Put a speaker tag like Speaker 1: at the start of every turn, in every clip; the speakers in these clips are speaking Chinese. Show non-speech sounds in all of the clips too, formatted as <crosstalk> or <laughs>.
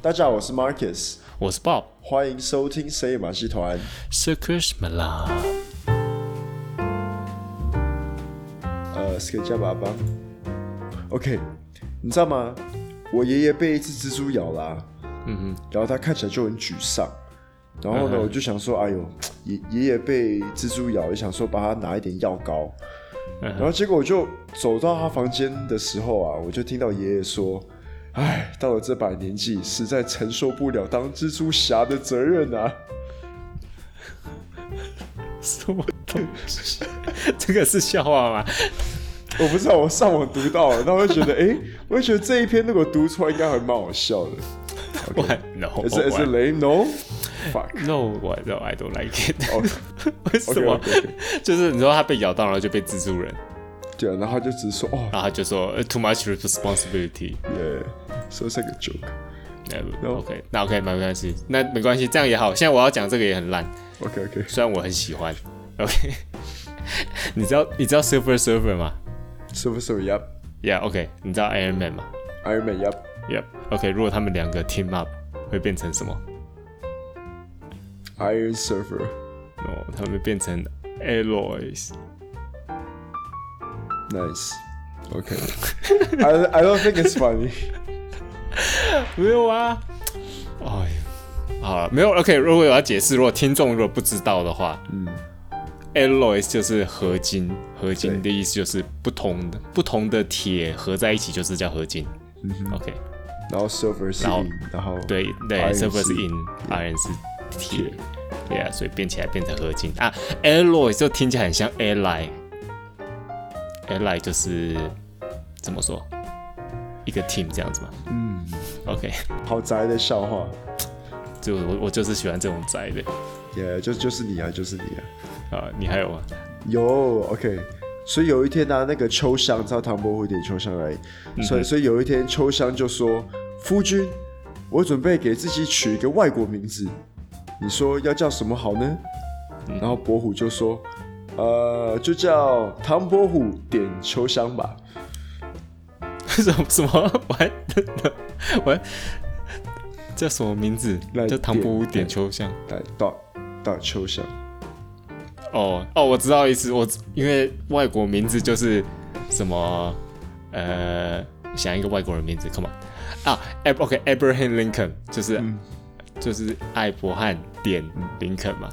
Speaker 1: 大家好，我是 Marcus，
Speaker 2: 我是 Bob，
Speaker 1: 欢迎收听深夜马戏团。
Speaker 2: Circus Mala。
Speaker 1: 呃，skate 加粑粑。OK，你知道吗？我爷爷被一只蜘蛛咬啦、
Speaker 2: 嗯
Speaker 1: 然后他看起来就很沮丧。然后呢，我就想说，哎呦，爷爷爷被蜘蛛咬，也想说帮他拿一点药膏。
Speaker 2: 嗯
Speaker 1: 然后结果我就走到他房间的时候啊，我就听到爷爷说：“哎，到了这把年纪，实在承受不了当蜘蛛侠的责任啊。
Speaker 2: 哼，什么东西？这个是笑话吗？”
Speaker 1: 我不知道，我上网读到了，那我就觉得，哎、我就觉得这一篇如果读出来，应该还蛮好笑的。
Speaker 2: 我 no，我
Speaker 1: Is it, is it lame?
Speaker 2: <laughs>
Speaker 1: No. Fuck.
Speaker 2: no，我 no I don't like it。 <laughs>
Speaker 1: 哦，
Speaker 2: 为什么
Speaker 1: OK，OK，OK
Speaker 2: 就是你说他被咬到，然后就被蜘蛛人，
Speaker 1: 对啊，然后他就只是说，哦，
Speaker 2: 然后他就说呃 too much responsibility。
Speaker 1: 耶，说是个 joke。
Speaker 2: 那
Speaker 1: No
Speaker 2: OK，那 OK 没关系，那没关系，这样也好。现在我要讲这个也很烂，
Speaker 1: OK OK，
Speaker 2: 虽然我很喜欢。OK，你知道你知道 Silver Surfer 吗
Speaker 1: 是不是？Yup。
Speaker 2: ？Yeah，OK，、你知道 Iron Man 吗
Speaker 1: Iron Man. Yup.
Speaker 2: ？Yeah，OK，、如果他们两个 team up 会变成什么？
Speaker 1: Iron Surfer.
Speaker 2: 哦，他们变成 alloys。
Speaker 1: Nice.
Speaker 2: <laughs>
Speaker 1: OK. I I don't think it's funny.
Speaker 2: 没有啊，哎呀，好了，没有。OK，如果我要解释，如果听众如果不知道的话，嗯，alloys 就是合金，合金的意思就是不同的不同的铁合在一起就是叫合金。OK，
Speaker 1: 然后 Surfer 是
Speaker 2: 然后
Speaker 1: 银，然后
Speaker 2: 对对
Speaker 1: Iron
Speaker 2: ，silver
Speaker 1: 是
Speaker 2: 是银，iron 是铁，对啊，所以变起来变成合金啊。alloy 就听起来很像 ally，ally 就是怎么说，一个 team 这样子嘛。嗯，OK，
Speaker 1: 好宅的笑话。
Speaker 2: 就我我就是喜欢这种宅的。
Speaker 1: 耶，就就是你啊，就是你啊。
Speaker 2: 啊，你还有吗？ <laughs>
Speaker 1: 有 OK，所以有一天呢、啊那个秋香知道唐伯虎点秋香来，
Speaker 2: 嗯
Speaker 1: 所以所以有一天秋香就说：“夫君，我准备给自己取一个外国名字，你说要叫什么好呢？”
Speaker 2: 嗯
Speaker 1: 然后伯虎就说：“呃，就叫唐伯虎点秋香吧。
Speaker 2: 什么什么？我还我还叫什么名字
Speaker 1: 来？
Speaker 2: 叫唐伯虎
Speaker 1: 点
Speaker 2: 点秋香。”
Speaker 1: 来哎到到秋香，
Speaker 2: 哦哦，我知道意思。我因为外国名字就是什么呃，想一个外国人名字，come on 啊，Ab OK，Abraham Lincoln 就是、就是艾伯汉点林肯嘛，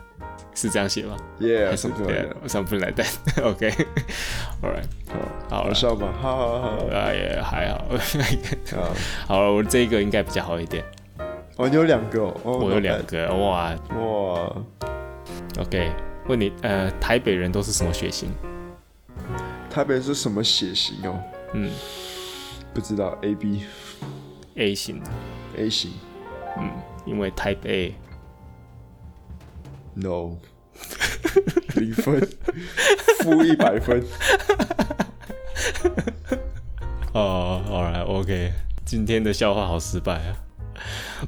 Speaker 2: 是这样写吗？
Speaker 1: 耶、yeah,，
Speaker 2: <laughs> 还是
Speaker 1: 什么
Speaker 2: 对
Speaker 1: 的
Speaker 2: 啊，，something like <laughs> that，OK，All right，好
Speaker 1: 好
Speaker 2: 了，
Speaker 1: 笑吗？哈哈哈哈
Speaker 2: 啊也还好，
Speaker 1: 啊！
Speaker 2: <laughs> 好了，我这个应该比较好一点。
Speaker 1: 哦，你有两个哦，哦
Speaker 2: 我有两个哇
Speaker 1: 哇，
Speaker 2: ，OK，问你呃，台北人都是什么血型？
Speaker 1: 台北是什么血型哦？
Speaker 2: 嗯
Speaker 1: 不知道 A B
Speaker 2: ，A 型，
Speaker 1: A 型
Speaker 2: 嗯，因为 Type A，
Speaker 1: ，No，零分，负一百分。
Speaker 2: 哦，好了，OK，今天的笑话好失败啊，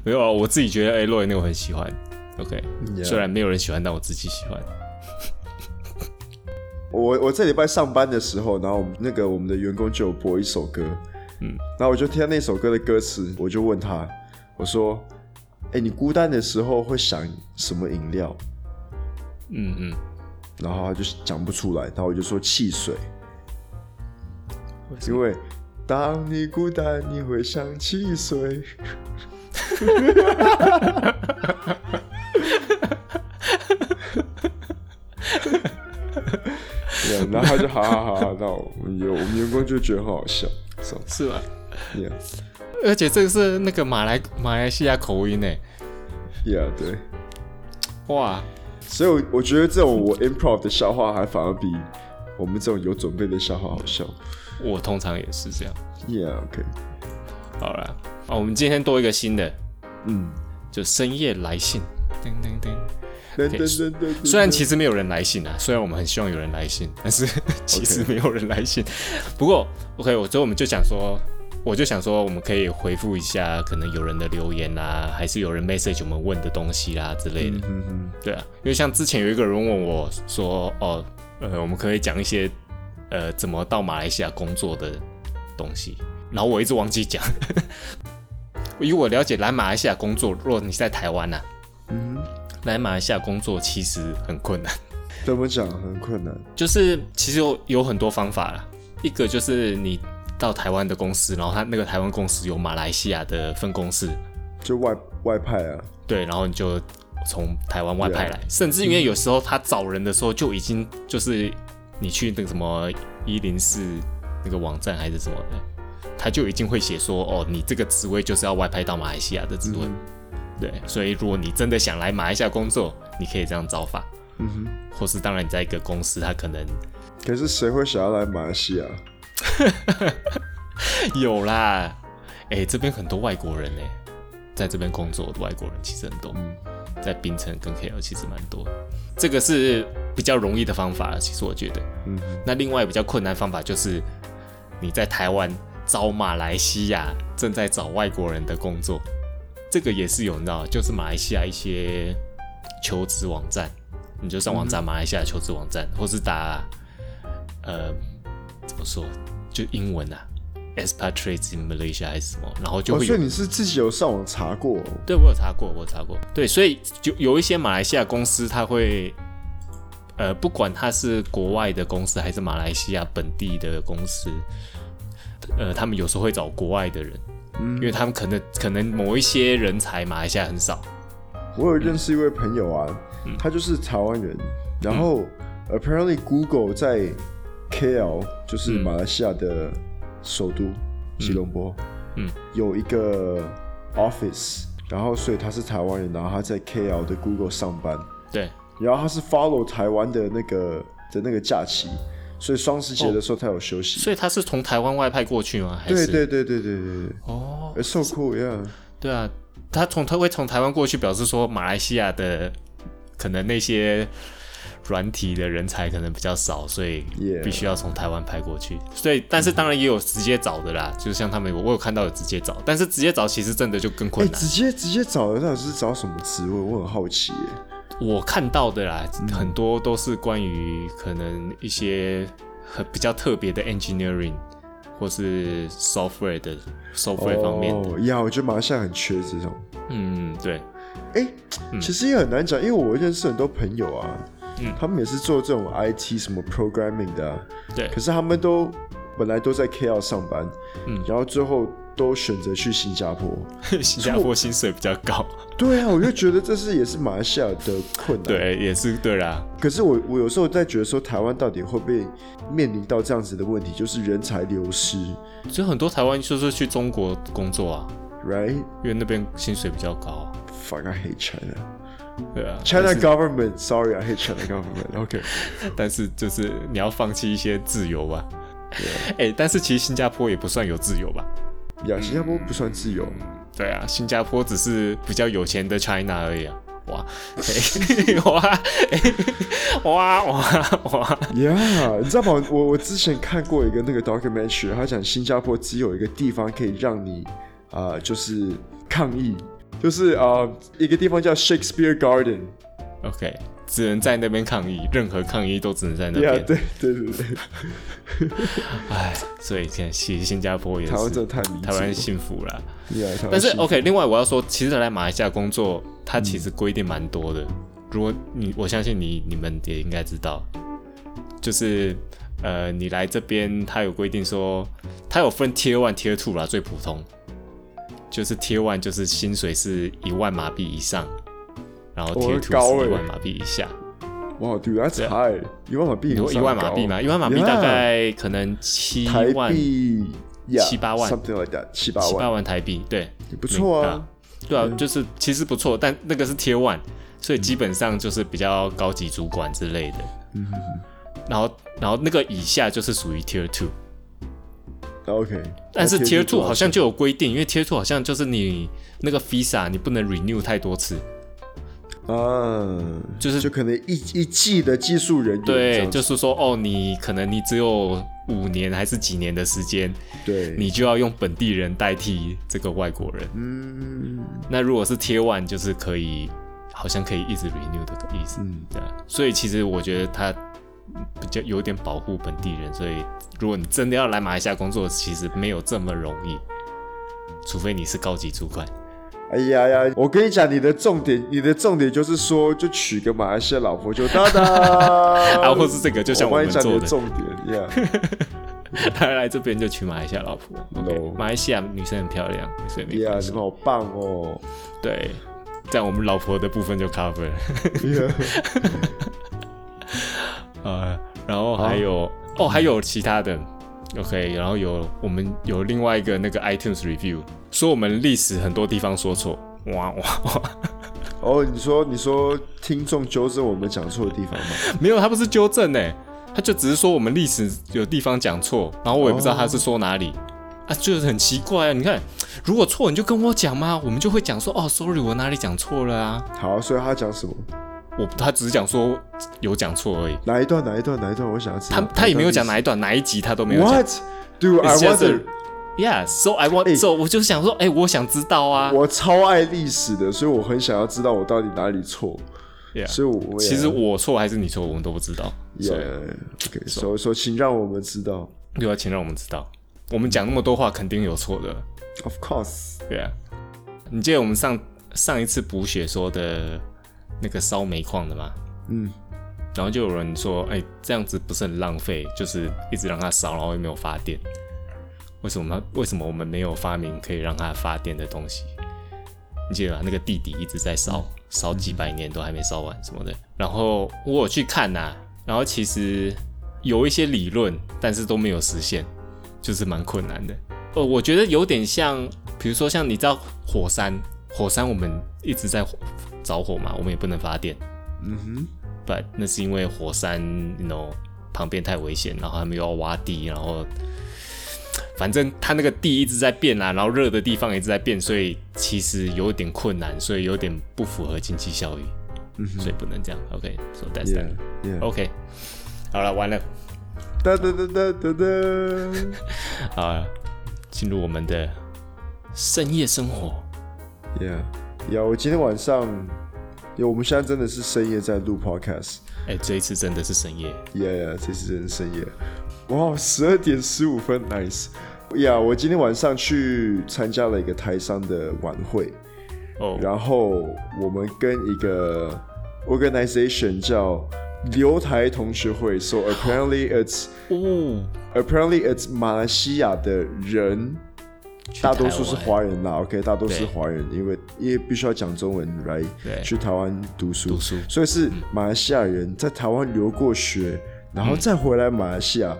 Speaker 2: <laughs> 没有啊，我自己觉得 A 洛那我很喜欢，OK，、
Speaker 1: Yeah
Speaker 2: 虽然没有人喜欢，但我自己喜欢，
Speaker 1: 我我这礼拜上班的时候，然后我们那个我们的员工就有播一首歌，嗯，然后我就听到那首歌的歌词，我就问他，我说：“哎、你孤单的时候会想什么饮料
Speaker 2: 嗯嗯，？”
Speaker 1: 然后他就讲不出来，然后我就说汽水，
Speaker 2: 为什
Speaker 1: 因为当你孤单，你会想汽水。对啊然后他就哈哈哈哈，那我们有我们员工就觉得很好笑，so
Speaker 2: 是吧？
Speaker 1: yeah
Speaker 2: 而且这个是那个马来马来西亚口音呢，
Speaker 1: yeah 对，
Speaker 2: 哇，
Speaker 1: 所以我我觉得这种我 improv 的笑话还反而比我们这种有准备的笑话好笑
Speaker 2: 我通常也是这样，
Speaker 1: ，yeah OK，
Speaker 2: 好了，哦，我们今天多一个新的，
Speaker 1: 嗯，
Speaker 2: 就深夜来信，噔噔噔。
Speaker 1: 噔噔噔噔噔
Speaker 2: 虽然其实没有人来信啊，虽然我们很希望有人来信，但是 <laughs> 其实没有人来信。不过 OK，我所以我们就想说，我就想说，我们可以回复一下可能有人的留言啦，还是有人 message 我们问的东西啦之类的。
Speaker 1: 嗯哼
Speaker 2: 对啊，因为像之前有一个人问我说，哦，呃，我们可以讲一些呃怎 <laughs> 么到马来西亚工作的东西，然后我一直忘记讲。以我了解，来马来西亚工作，如果你是在台湾啊呐、嗯，来马来西亚工作其实很困难。
Speaker 1: 怎么讲很困难。
Speaker 2: 就是其实有有很多方法啦，一个就是你到台湾的公司，然后他那个台湾公司有马来西亚的分公司，
Speaker 1: 就外外派啊，
Speaker 2: 对，然后你就从台湾外派来，甚至因为有时候他找人的时候就已经就是你去那个什么一零四那个网站还是什么的，他就已经会写说哦，你这个职位就是要外派到马来西亚的职位，对，所以如果你真的想来马来西亚工作，你可以这样找法，嗯哼，或是当然你在一个公司，他可能
Speaker 1: 可是谁会想要来马来西亚？
Speaker 2: 有啦，哎、这边很多外国人呢、在这边工作的外国人其实很多，在槟城跟 KL 其实蛮多的，这个是比较容易的方法，其实我觉得。
Speaker 1: 嗯哼，
Speaker 2: 那另外比较困难方法就是你在台湾找马来西亚正在找外国人的工作，这个也是有，你知道，就是马来西亚一些求职网站，你就上网找马来西亚求职网站，或是打呃怎么说，就英文啊，expatriates in Malaysia 还是什么，然后就
Speaker 1: 哦，
Speaker 2: 会
Speaker 1: 所
Speaker 2: 有。
Speaker 1: 以你是自己有上网查过哦、
Speaker 2: 对，我有查过，我有查过。对，所以就有一些马来西亚公司，它会，呃，不管它是国外的公司还是马来西亚本地的公司，呃，他们有时候会找国外的人，
Speaker 1: 嗯
Speaker 2: 因为他们可能可能某一些人才马来西亚很少，
Speaker 1: 我有认识一位朋友啊，
Speaker 2: 嗯
Speaker 1: 他就是台湾人，然后 apparently Google 在 KL 就是马来西亚的首都吉隆坡，
Speaker 2: 嗯，
Speaker 1: 有一个 office，然后所以他是台湾人，然后他在 KL 的 Google 上班，
Speaker 2: 对，
Speaker 1: 然后他是 follow 台湾的那个的那个假期，所以双十节的时候他有休息。
Speaker 2: 哦所以他是从台湾外派过去吗？还
Speaker 1: 对
Speaker 2: 是
Speaker 1: 对对对对对对
Speaker 2: 哦，
Speaker 1: ，It's so cool yeah。
Speaker 2: 对啊，他从他会从台湾过去，表示说马来西亚的可能那些软体的人才可能比较少，所以
Speaker 1: Yeah
Speaker 2: 必须要从台湾派过去。所以，但是当然也有直接找的啦，就是像他们有我有看到有直接找，但是直接找其实真的就更
Speaker 1: 哎、
Speaker 2: 困难。
Speaker 1: 直接直接找的到底是找什么职位？我很好奇耶。
Speaker 2: 我看到的啦，
Speaker 1: 嗯
Speaker 2: 很多都是关于可能一些很比较特别的 engineering 或是 software 的 software 方面的。
Speaker 1: 哦呀，我觉得马来西亚很缺这种。
Speaker 2: 嗯，对， <laughs>
Speaker 1: 哎、
Speaker 2: 嗯
Speaker 1: 其实也很难讲，因为我认识很多朋友啊，他们也是做这种 IT 什么 programming 的啊、
Speaker 2: 对
Speaker 1: 可是他们都本来都在 KL 上班，
Speaker 2: 嗯
Speaker 1: 然后最后都选择去新加坡。
Speaker 2: 新加坡薪水比较高，
Speaker 1: 对啊，我就觉得这是也是马来西亚的困难。，
Speaker 2: 对，也是对啦。
Speaker 1: 可是我我有时候在觉得说，台湾到底会不会面临到这样子的问题，就是人才流失
Speaker 2: 就很多台湾就是去中国工作啊，
Speaker 1: ，right？
Speaker 2: 因为那边薪水比较高、啊。
Speaker 1: Fuck, I hate China.
Speaker 2: 对啊，
Speaker 1: China government, sorry, I hate China government. OK，
Speaker 2: <laughs> 但是就是你要放弃一些自由吧。 <laughs> 哎、但是其实新加坡也不算有自由吧？Mm.
Speaker 1: 呀，新加坡不算自由。
Speaker 2: 对啊，新加坡只是比较有钱的 China 而已啊。哇，欸、 <laughs> 哇，欸、哇哇哇！
Speaker 1: Yeah，你知道吗？我我之前看过一个那个 documentary，他讲新加坡只有一个地方可以让你啊、呃就是抗议，就是啊、呃一个地方叫 Shakespeare Garden。
Speaker 2: OK，只能在那边抗议，任何抗议都只能在那
Speaker 1: Yeah，
Speaker 2: 边。
Speaker 1: 对对对对，
Speaker 2: 哎、所以现在其实新加坡也是
Speaker 1: 台湾真的太理解
Speaker 2: 台
Speaker 1: 了
Speaker 2: 湾幸福啦。
Speaker 1: Yeah，台湾
Speaker 2: 但是哦
Speaker 1: 幸福
Speaker 2: OK，另外我要说，其实来马来西亚工作，它其实规定蛮多的。如果你，我相信你你们也应该知道，就是呃，你来这边，它有规定说，它有分 Tier One、Tier Two 啦，最普通，就是 Tier One 就是薪水是一万马币以上，然后
Speaker 1: 哦
Speaker 2: Tier
Speaker 1: 高
Speaker 2: Two 是
Speaker 1: 欸
Speaker 2: 一万马币以下。
Speaker 1: 哇，Dude，that's high，一万马币
Speaker 2: 你
Speaker 1: 很高，
Speaker 2: 说一万马币嘛，一万马币
Speaker 1: Yeah，
Speaker 2: 大概可能七
Speaker 1: 台
Speaker 2: 万
Speaker 1: 币 yeah,
Speaker 2: 七八万
Speaker 1: ，something like that，七八
Speaker 2: 七八
Speaker 1: 万，
Speaker 2: 万台币，对，
Speaker 1: 也不错啊。
Speaker 2: 对啊，就是其实不错，但那个是 Tier One，所以基本上就是比较高级主管之类的。嗯然后，然后那个以下就是属于 Tier Two，
Speaker 1: OK，
Speaker 2: 但是
Speaker 1: OK，
Speaker 2: Tier
Speaker 1: 就多
Speaker 2: Two
Speaker 1: 少
Speaker 2: 好像就有规定，因为 Tier Two 好像就是你那个 Visa 你不能 renew 太多次，
Speaker 1: 啊，
Speaker 2: 就是
Speaker 1: 就可能一一季的技术人员这
Speaker 2: 对，
Speaker 1: 样子，
Speaker 2: 就是说哦，你可能你只有五年还是几年的时间，
Speaker 1: 对，
Speaker 2: 你就要用本地人代替这个外国人。
Speaker 1: 嗯，
Speaker 2: 那如果是 Tier One，就是可以，好像可以一直 renew 的意思，
Speaker 1: 嗯
Speaker 2: 对啊。所以其实我觉得它比较有点保护本地人，所以如果你真的要来马来西亚工作，其实没有这么容易。除非你是高级主管。
Speaker 1: 哎呀呀！我跟你讲，你的重点，你的重点就是说，就娶个马来西亚老婆就当当啊
Speaker 2: <laughs> 啊，或是这个，就像
Speaker 1: 我
Speaker 2: 我
Speaker 1: 帮
Speaker 2: 们
Speaker 1: 你讲你
Speaker 2: 做
Speaker 1: 的
Speaker 2: 的，
Speaker 1: 重点，Yeah，
Speaker 2: 他 <laughs> 来这边就娶马来西亚老婆。OK，
Speaker 1: No
Speaker 2: 马来西亚女生很漂亮，所以没
Speaker 1: yeah，
Speaker 2: 关
Speaker 1: 哎你
Speaker 2: 系。
Speaker 1: 们好棒哦
Speaker 2: 对，在我们老婆的部分就 cover 了。
Speaker 1: ，Yeah，
Speaker 2: 呃，然后还有哦，还有其他的，OK，然后有我们有另外一个那个 iTunes review 说我们历史很多地方说错，哇哇哇，
Speaker 1: 哦，你说你说听众纠正我们讲错的地方吗？
Speaker 2: 没有，他不是纠正呢，他就只是说我们历史有地方讲错，然后我也不知道他是说哪里。啊，就是很奇怪啊！你看，如果错你就跟我讲嘛，我们就会讲说哦，sorry，我哪里讲错了啊。
Speaker 1: 好，所以他讲什么？
Speaker 2: 我他只是讲说有讲错而已，
Speaker 1: 哪一段？哪一段？哪一段？我想要知道。
Speaker 2: 他他也没有讲哪
Speaker 1: 一
Speaker 2: 一段哪一集他都没
Speaker 1: 段
Speaker 2: 有
Speaker 1: 历史
Speaker 2: 讲。
Speaker 1: ？What？Dude，I
Speaker 2: It's just a-
Speaker 1: wonder。
Speaker 2: Yeah, so I want,
Speaker 1: 欸
Speaker 2: so 我就想说，哎、我想知道啊。
Speaker 1: 我超爱历史的，所以我很想要知道我到底哪里错。
Speaker 2: Yeah
Speaker 1: 所以我，我也
Speaker 2: 啊其实我错还是你错，我们都不知道。所以
Speaker 1: ，Yeah，OK，所以说，请让我们知道
Speaker 2: 又要请让我们知道，我们讲那么多话，肯定有错的。
Speaker 1: ，Of course，
Speaker 2: 对啊，你记得我们上上一次补血说的那个烧煤矿的吗？
Speaker 1: 嗯，
Speaker 2: 然后就有人说，哎、这样子不是很浪费，就是一直让它烧，然后又没有发电。为什么它？为什么我们没有发明可以让它发电的东西？你记得吧？那个地底一直在烧，烧几百年都还没烧完什么的。然后我有去看呐、然后其实有一些理论，但是都没有实现，就是蛮困难的。呃，我觉得有点像，比如说像你知道火山，火山我们一直在火着火嘛，我们也不能发电。
Speaker 1: 嗯哼。
Speaker 2: but 那是因为火山，you know，旁边太危险，然后他们又要挖地，然后反正它那个地一直在变啦、然后热的地方一直在变，所以其实有点困难，所以有点不符合经济效益，
Speaker 1: 嗯哼
Speaker 2: 所以不能这样。OK，so、that's
Speaker 1: Yeah,
Speaker 2: that.
Speaker 1: yeah.
Speaker 2: OK，好了，完了，
Speaker 1: 哒哒哒哒哒哒。
Speaker 2: 好了，啊进入我们的深夜生活。
Speaker 1: 哦 Yeah，呀，我今天晚上，有我们现在真的是深夜在录 podcast。
Speaker 2: 哎、这一次真的是深夜，
Speaker 1: Yeah，yeah，这是真的深夜。哇，十二点十五分，nice。呀，我今天晚上去参加了一个台商的晚会，
Speaker 2: 哦、
Speaker 1: 然后我们跟一个 organization 叫留台同学会，so apparently it's
Speaker 2: 哦，
Speaker 1: apparently it's 马来西亚的人，
Speaker 2: 去
Speaker 1: 大多数
Speaker 2: 台
Speaker 1: 是
Speaker 2: 湾
Speaker 1: 华人啦，OK，大多数是
Speaker 2: 对
Speaker 1: 华人，因为因为必须要讲中文来
Speaker 2: 对
Speaker 1: 去台湾读书，
Speaker 2: 读书
Speaker 1: 所以是马来西亚人在台湾留过学，然后再回来马来西亚，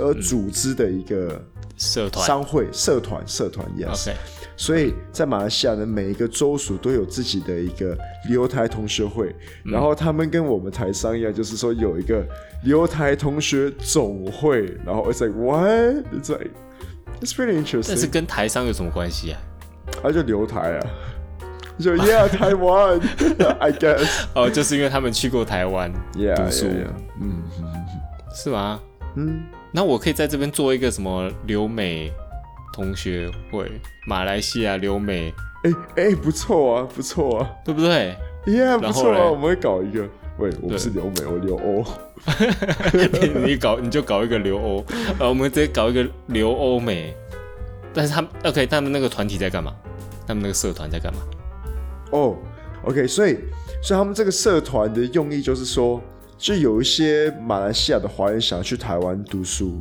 Speaker 1: 而组织的一个
Speaker 2: 社嗯团。
Speaker 1: 商会社团社团 yes，
Speaker 2: OK，
Speaker 1: 所以在马来西亚的每一个州属都有自己的一个留台同学会，
Speaker 2: 嗯
Speaker 1: 然后他们跟我们台商一样，就是说有一个留台同学总会，然后 it's like what it's like it's pretty
Speaker 2: 但是
Speaker 1: interesting，
Speaker 2: 跟台商有什么关系啊？
Speaker 1: 他就留台啊，就 yeah 台湾 <laughs> I
Speaker 2: <laughs>
Speaker 1: guess <laughs>
Speaker 2: 哦，就是因为他们去过台湾
Speaker 1: yeah
Speaker 2: 读书
Speaker 1: yeah, yeah. 嗯
Speaker 2: 是吗？
Speaker 1: 嗯
Speaker 2: 那我可以在这边做一个什么留美同学会，马来西亚留美，
Speaker 1: 哎哎、不错啊不错啊
Speaker 2: 对不
Speaker 1: <laughs>
Speaker 2: 对？
Speaker 1: yeah 不
Speaker 2: 然后
Speaker 1: 错啊，
Speaker 2: 嘞
Speaker 1: 我们会搞一个，喂我不是留美我留欧，
Speaker 2: 你你搞你就搞一个留欧，呃，我们直接搞一个留欧美。但是他们 OK，他们那个团体在干嘛？他们那个社团在干嘛？
Speaker 1: 哦、o k 所以所以他们这个社团的用意就是说，就有一些马来西亚的华人想要去台湾读书，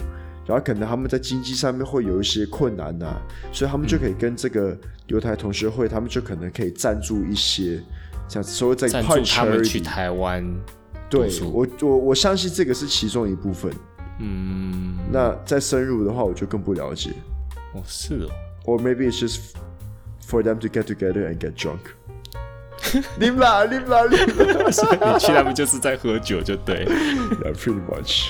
Speaker 1: 然后可能他们在经济上面会有一些困难呐、所以他们就可以跟这个犹太同学会，他们就可能可以赞助一些。这样子，所以在
Speaker 2: 赞
Speaker 1: part
Speaker 2: 助他们去
Speaker 1: charity
Speaker 2: 台湾。
Speaker 1: 对
Speaker 2: 读书
Speaker 1: 我我我相信这个是其中一部分。
Speaker 2: 嗯，
Speaker 1: 那再深入的话，我就更不了解。
Speaker 2: 哦是哦，
Speaker 1: Or maybe it's just for them to get together and get drunk
Speaker 2: <laughs>
Speaker 1: 你们啦。你们啦，你们啦。
Speaker 2: 所以 <laughs> 你去他们就是在喝酒就对了。
Speaker 1: Yeah, pretty much.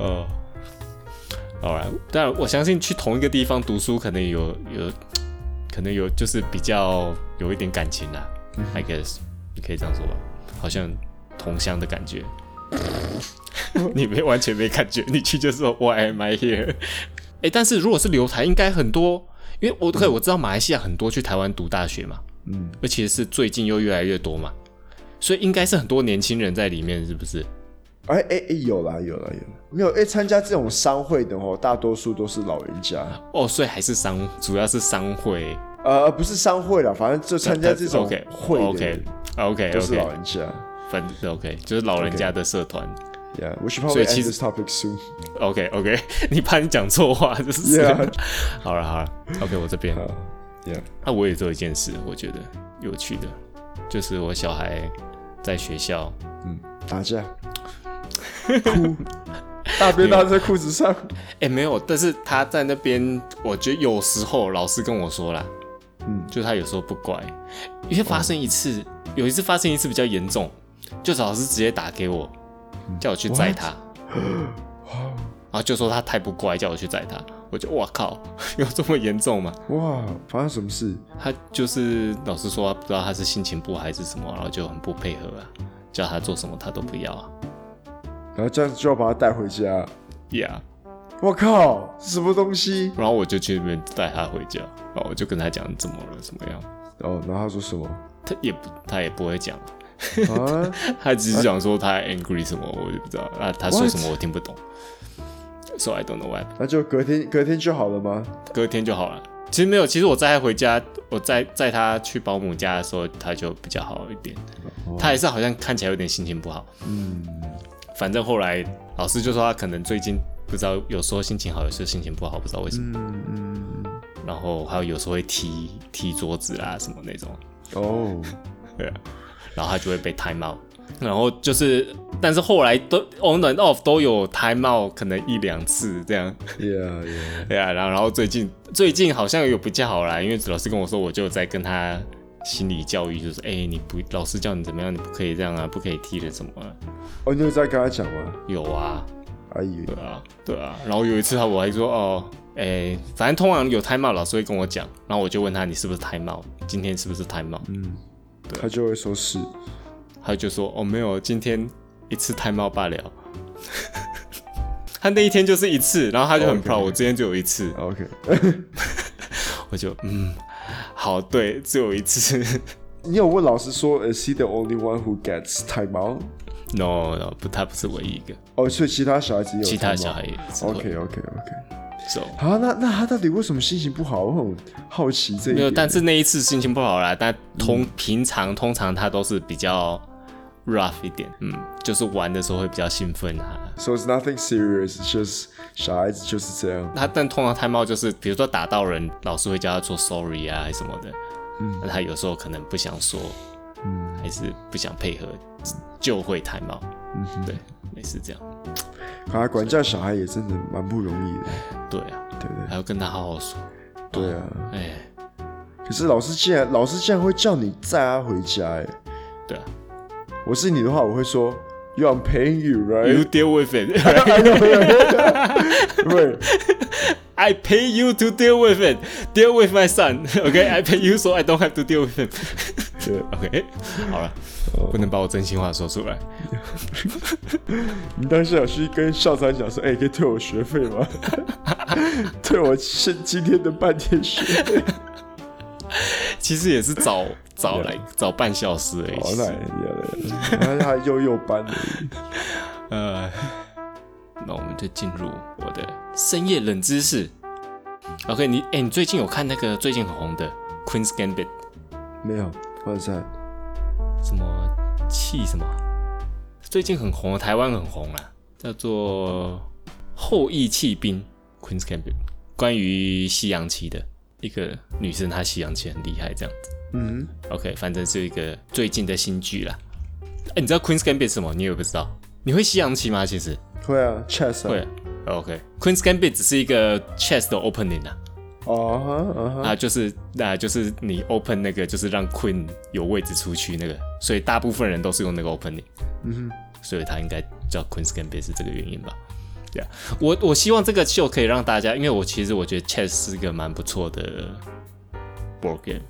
Speaker 2: 哦，好啦，但我相信去同一个地方读书，可能有有，可能有就是比较有一点感情啦。I guess 你可以这样说吧，好像同乡的感觉。你没完全没感觉，你去就说 Why am I here？哎、但是如果是留台，应该很多，因为我可以我知道马来西亚很多去台湾读大学嘛，
Speaker 1: 嗯，
Speaker 2: 而且是最近又越来越多嘛，所以应该是很多年轻人在里面，是不是？
Speaker 1: 哎哎哎，有啦有啦有啦，没有哎，参加这种商会的哦，大多数都是老人家，
Speaker 2: 哦，所以还是商，主要是商会
Speaker 1: 呃，不是商会啦，反正就参加这种
Speaker 2: OK
Speaker 1: 会的
Speaker 2: OK
Speaker 1: 人
Speaker 2: OK
Speaker 1: 都是老
Speaker 2: OK，
Speaker 1: 人家。
Speaker 2: 反 OK 就是老人家的社团。
Speaker 1: Yeah, we should probably
Speaker 2: 所以其
Speaker 1: end
Speaker 2: 实
Speaker 1: this topic soon.
Speaker 2: OK OK，你 <laughs> 怕你讲错话就是
Speaker 1: Yeah.
Speaker 2: <laughs> 好了好了，OK 我这边，
Speaker 1: 好 Yeah，
Speaker 2: 那、我也做一件事，我觉得有趣的，就是我小孩在学校
Speaker 1: 打架，哭，大便拉在裤子上。
Speaker 2: 哎、没有，但是他在那边，我觉得有时候老师跟我说啦，
Speaker 1: 嗯
Speaker 2: 就他有时候不乖，因为发生一次，有一次发生一次比较严重，就是老师直接打给我，叫我去载他，然后就说他太不乖，叫我去载他，我就哇靠， <laughs> 有这么严重吗？
Speaker 1: 哇，发生什么事？
Speaker 2: 他就是老师说他不知道他是心情不好还是什么，然后就很不配合啊，叫他做什么他都不要啊
Speaker 1: 然后这样子就要把他带回家。
Speaker 2: ，Yeah，
Speaker 1: 我靠，是什么东西？
Speaker 2: 然后我就去那边带他回家，然后我就跟他讲怎么了怎么样。
Speaker 1: 哦，然后他说什么？
Speaker 2: 他也不他也不会讲，
Speaker 1: 啊，
Speaker 2: 他只是讲说他 angry 什么，我就不知道啊，他说
Speaker 1: What？
Speaker 2: 什么我听不懂。So I don't know why。
Speaker 1: 那就隔天隔天就好了吗？
Speaker 2: 隔天就好了。其实没有，其实我载他回家，我载载他去保姆家的时候，他就比较好一点。他还是好像看起来有点心情不好。
Speaker 1: 哦嗯，
Speaker 2: 反正后来老师就说他可能最近不知道，有时候心情好，有时候心情不好，不知道为什么。
Speaker 1: 嗯
Speaker 2: 然后还有有时候会踢踢桌子啦什么那种。
Speaker 1: 哦，
Speaker 2: 对啊，然后他就会被 time out。然后就是，但是后来都 on and off 都有 time out，可能一两次这样。
Speaker 1: yeah yeah，
Speaker 2: 对啊，然后然后最近最近好像有比较好啦，因为老师跟我说，我就在跟他心理教育，就是哎、你不老师叫你怎么样，你不可以这样啊，不可以踢人什么啊，
Speaker 1: 哦，你有在跟他讲吗？
Speaker 2: 有啊，
Speaker 1: 哎呦，
Speaker 2: 对啊，对啊。然后有一次他我还说哦，哎、反正通常有 time out 老师会跟我讲，然后我就问他你是不是 time out，今天是不是 time out？
Speaker 1: 他就会说是。
Speaker 2: 他就说：“哦，没有，今天一次太冒罢了。” <laughs> 他那一天就是一次，然后他就很
Speaker 1: OK
Speaker 2: proud，、我今天只有一次，
Speaker 1: OK，
Speaker 2: 我就嗯，好，对，只有一次。 <laughs>
Speaker 1: 你有问老师说，Is he the only one who gets time out？
Speaker 2: no no，不，他不是唯一一个，
Speaker 1: 哦，所以其他小孩子也有
Speaker 2: 其
Speaker 1: time out，
Speaker 2: 他小孩也是会
Speaker 1: OK OK OK。
Speaker 2: 走。
Speaker 1: 啊，那那他到底为什么心情不好？我很好奇这一
Speaker 2: 没有，
Speaker 1: 点。
Speaker 2: 但是那一次心情不好啦。但
Speaker 1: 嗯
Speaker 2: 通、平常通常他都是比较 rough 一点，嗯，就是玩的时候会比较兴奋啊。
Speaker 1: So it's nothing serious. It's just 小孩子就是这样。
Speaker 2: 他但通常太冒就是，比如说打到人，老师会叫他说 sorry 啊还是什么的，嗯，他有时候可能不想说，嗯，还是不想配合，就会太冒，嗯，对，类似这样，
Speaker 1: 啊，管教小孩也真的蛮不容易的。
Speaker 2: 对啊，对对，还要跟他好好说，
Speaker 1: 对啊，
Speaker 2: 哎，
Speaker 1: 可是老师竟然老师竟然会叫你载他回家、欸，
Speaker 2: 对啊
Speaker 1: 我是你的话，我会说 You are paying you
Speaker 2: ，You
Speaker 1: right？
Speaker 2: deal with <laughs> it，I
Speaker 1: 哎对
Speaker 2: pay you to <laughs> deal with it，deal with my <laughs> son，OK，I pay you so I don't have to deal with <laughs> him，OK，
Speaker 1: 对，
Speaker 2: 好了，不能把我真心话说出来，
Speaker 1: 你当时有去跟校长讲说，哎、可以退我学费
Speaker 2: <laughs>
Speaker 1: 吗？退我是今天的半天学费。
Speaker 2: 其实也是早早来早半小时而已，
Speaker 1: 好
Speaker 2: 其实
Speaker 1: 来，来来，他还幼幼班而已。
Speaker 2: 呃， <laughs> 那我们就进入我的深夜冷知识。OK，你哎、你最近有看那个最近很红的《Queen's Gambit》
Speaker 1: 没有，哇塞，
Speaker 2: 什么气什么？最近很红，台湾很红啦，叫做《后羿弃兵》（Queen's Gambit），关于西洋棋的一个女生，她西洋棋很厉害，这样子。
Speaker 1: 嗯
Speaker 2: OK，反正是一个最近的新剧啦。哎、你知道《Queen's Gambit》是什么？你也不知道？你会西洋棋吗？其实？
Speaker 1: 哼，会啊，chess 啊
Speaker 2: 会。OK，Queen's Gambit 只是一个 chess 的 opening 啊，
Speaker 1: 哦哈，啊哈，
Speaker 2: 啊，就是啊，就是你 open 那个，就是让 Queen 有位置出去那个，所以大部分人都是用那个 opening，
Speaker 1: 嗯
Speaker 2: 所以它应该叫 Queen's Gambit 是这个原因吧？对啊，我我希望这个秀可以让大家，因为我其实我觉得 chess 是一个蛮不错的 board game，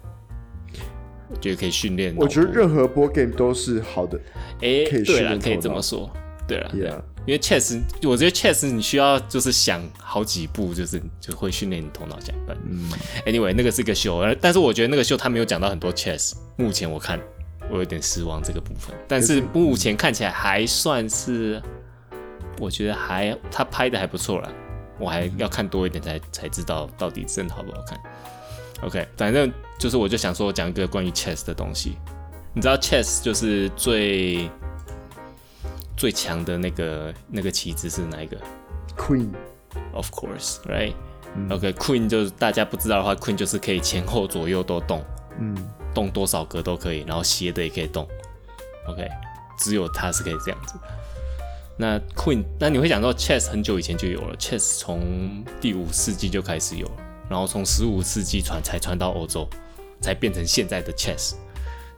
Speaker 2: 我觉得可以训练脑部。
Speaker 1: 我觉得任何 board game 都是好的
Speaker 2: 哎、
Speaker 1: 可以训
Speaker 2: 对
Speaker 1: 练
Speaker 2: 了，
Speaker 1: 头
Speaker 2: 可以这
Speaker 1: 脑
Speaker 2: 么说，对了对啊
Speaker 1: ，Yeah，
Speaker 2: 因为 chess，我觉得 chess 你需要就是想好几步，就是就会训练你头脑加分。嗯，anyway，那个是一个秀，而但是我觉得那个秀他没有讲到很多 chess。目前我看我有点失望这个部分，但是目前看起来还算是我觉得还他拍的还不错啦，我还要看多一点才才知道到底真的好不好看。OK，反正就是我就想说讲一个关于 chess 的东西。你知道 chess 就是最最强的那个那个棋子是哪一个
Speaker 1: Queen，
Speaker 2: ？Of course，right？OK，Queen、Queen 就是大家不知道的话，Queen 就是可以前后左右都动，
Speaker 1: 嗯，
Speaker 2: 动多少格都可以，然后斜的也可以动。OK，只有它是可以这样子。那 Queen，那你会想到 Chess 很久以前就有了，Chess 从第五世纪就开始有了，然后从十五世纪传才传到欧洲，才变成现在的 Chess。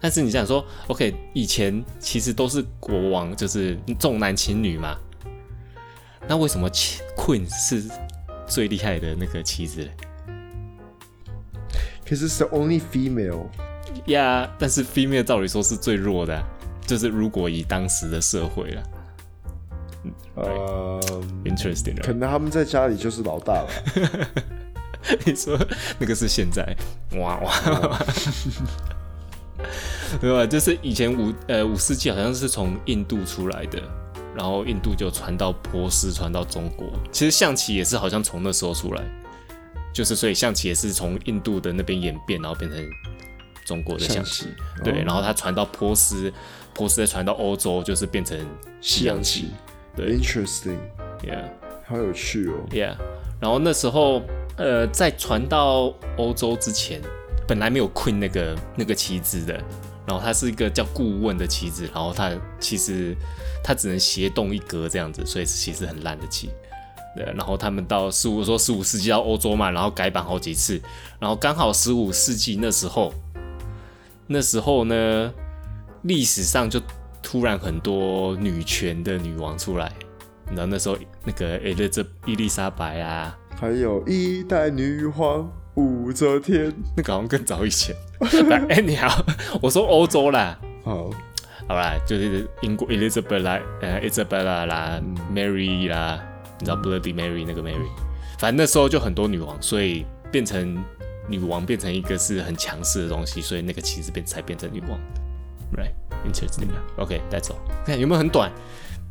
Speaker 2: 但是你想说，OK，以前其实都是国王，就是重男轻女嘛。那为什么 Ch- Queen 是最厉害的那个棋子嘞？
Speaker 1: 可是 the only female，
Speaker 2: 呀但是 female 照理说是最弱的啊、就是如果以当时的社会啊了
Speaker 1: 呃，
Speaker 2: ，interesting，
Speaker 1: 可
Speaker 2: right？
Speaker 1: 能他们在家里就是老大了。
Speaker 2: 你说那个是现在，哇哇，哇 <laughs> 没有啊，就是以前五呃五世纪好像是从印度出来的，然后印度就传到波斯，传到中国。其实象棋也是好像从那时候出来，就是所以象棋也是从印度的那边演变，然后变成中国的象
Speaker 1: 象
Speaker 2: 棋。
Speaker 1: 棋，哦
Speaker 2: 对，然后它传到波斯，波斯再传到欧洲，就是变成西洋棋。对
Speaker 1: ，interesting，
Speaker 2: Yeah,
Speaker 1: 好有趣哦。
Speaker 2: yeah。然后那时候，呃，在传到欧洲之前，本来没有 Queen 那个那个棋子的，然后它是一个叫顾问的棋子，然后它其实它只能斜动一格这样子，所以其实很烂的棋。对，然后他们到十五说十五世纪到欧洲嘛，然后改版好几次，然后刚好十五世纪那时候，那时候呢，历史上就突然很多女权的女王出来，你知道那时候那个诶，丽这伊丽莎白啊，
Speaker 1: 还有一代女皇武则天，
Speaker 2: 那个好像更早以 <laughs> 前。哎，你好，我说欧洲啦，
Speaker 1: 好，
Speaker 2: 好啦，就是英国 Elizabeth 啦，呃，Isabella 啦、m a r y 啦，你知道 Bloody Mary 那个 Mary，反正那时候就很多女王，所以变成女王变成一个是很强势的东西，所以那个旗子变才变成女王，right？Interesting 啊，OK，that's、all。看有没有很短？